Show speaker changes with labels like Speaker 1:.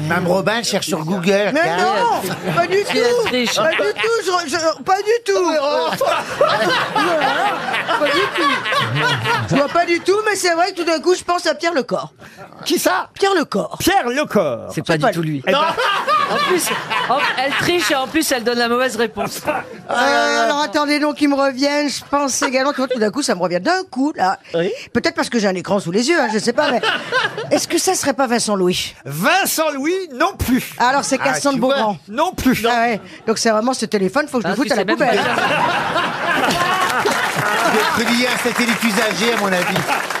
Speaker 1: Mme Robin cherche sur Google.
Speaker 2: Mais
Speaker 1: regarde.
Speaker 2: non, pas du tout.
Speaker 3: triche.
Speaker 2: Pas du tout, je- je- pas du tout.
Speaker 3: Oh,
Speaker 2: hein, Pas du tout. Je vois pas du tout, mais c'est vrai que tout d'un coup, je pense à Pierre Lecor.
Speaker 4: Qui ça
Speaker 2: Pierre Lecor.
Speaker 4: Pierre Lecor.
Speaker 3: C'est pas
Speaker 2: pas
Speaker 3: du tout lui.
Speaker 4: Eh ben,
Speaker 3: En plus, en- elle triche et en plus, elle donne la mauvaise réponse.
Speaker 2: Euh, alors attendez donc qu'ils me reviennent. Je pense également que tout d'un coup ça me revient d'un coup là.
Speaker 4: Oui.
Speaker 2: Peut-être parce que j'ai un écran sous les yeux, hein, je sais pas. Mais est-ce que ça serait pas Vincent Louis
Speaker 4: Vincent Louis non plus.
Speaker 2: Ah, Alors c'est Cassandre
Speaker 1: tu
Speaker 2: Beaugrand.
Speaker 4: Non plus.
Speaker 2: Ah ouais. Donc c'est vraiment ce téléphone, faut que je
Speaker 3: Ah,
Speaker 2: le
Speaker 3: tu
Speaker 2: foute à
Speaker 3: sais
Speaker 2: la
Speaker 3: même
Speaker 2: poubelle. hein.
Speaker 3: pas.
Speaker 1: Le Trublier, c'était les plus âgés, à mon avis.